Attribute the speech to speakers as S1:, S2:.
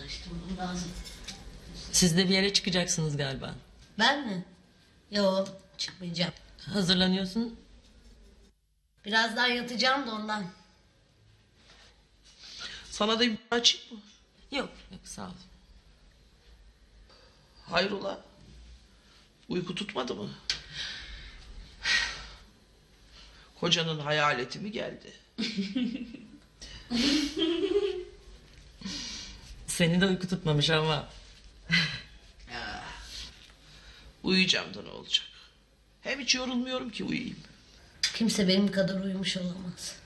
S1: araştırmam lazım.
S2: Siz de bir yere çıkacaksınız galiba.
S1: Ben mi? Yo çıkmayacağım.
S2: Hazırlanıyorsun.
S1: Birazdan yatacağım da ondan.
S3: Sana da bir açayım mı?
S2: Yok yok sağ ol.
S3: Hayrola? Uyku tutmadı mı? Kocanın hayaleti mi geldi?
S2: Seni de uyku tutmamış ama.
S3: Uyuyacağım da ne olacak? Hem hiç yorulmuyorum ki uyuyayım.
S1: Kimse benim kadar uyumuş olamaz.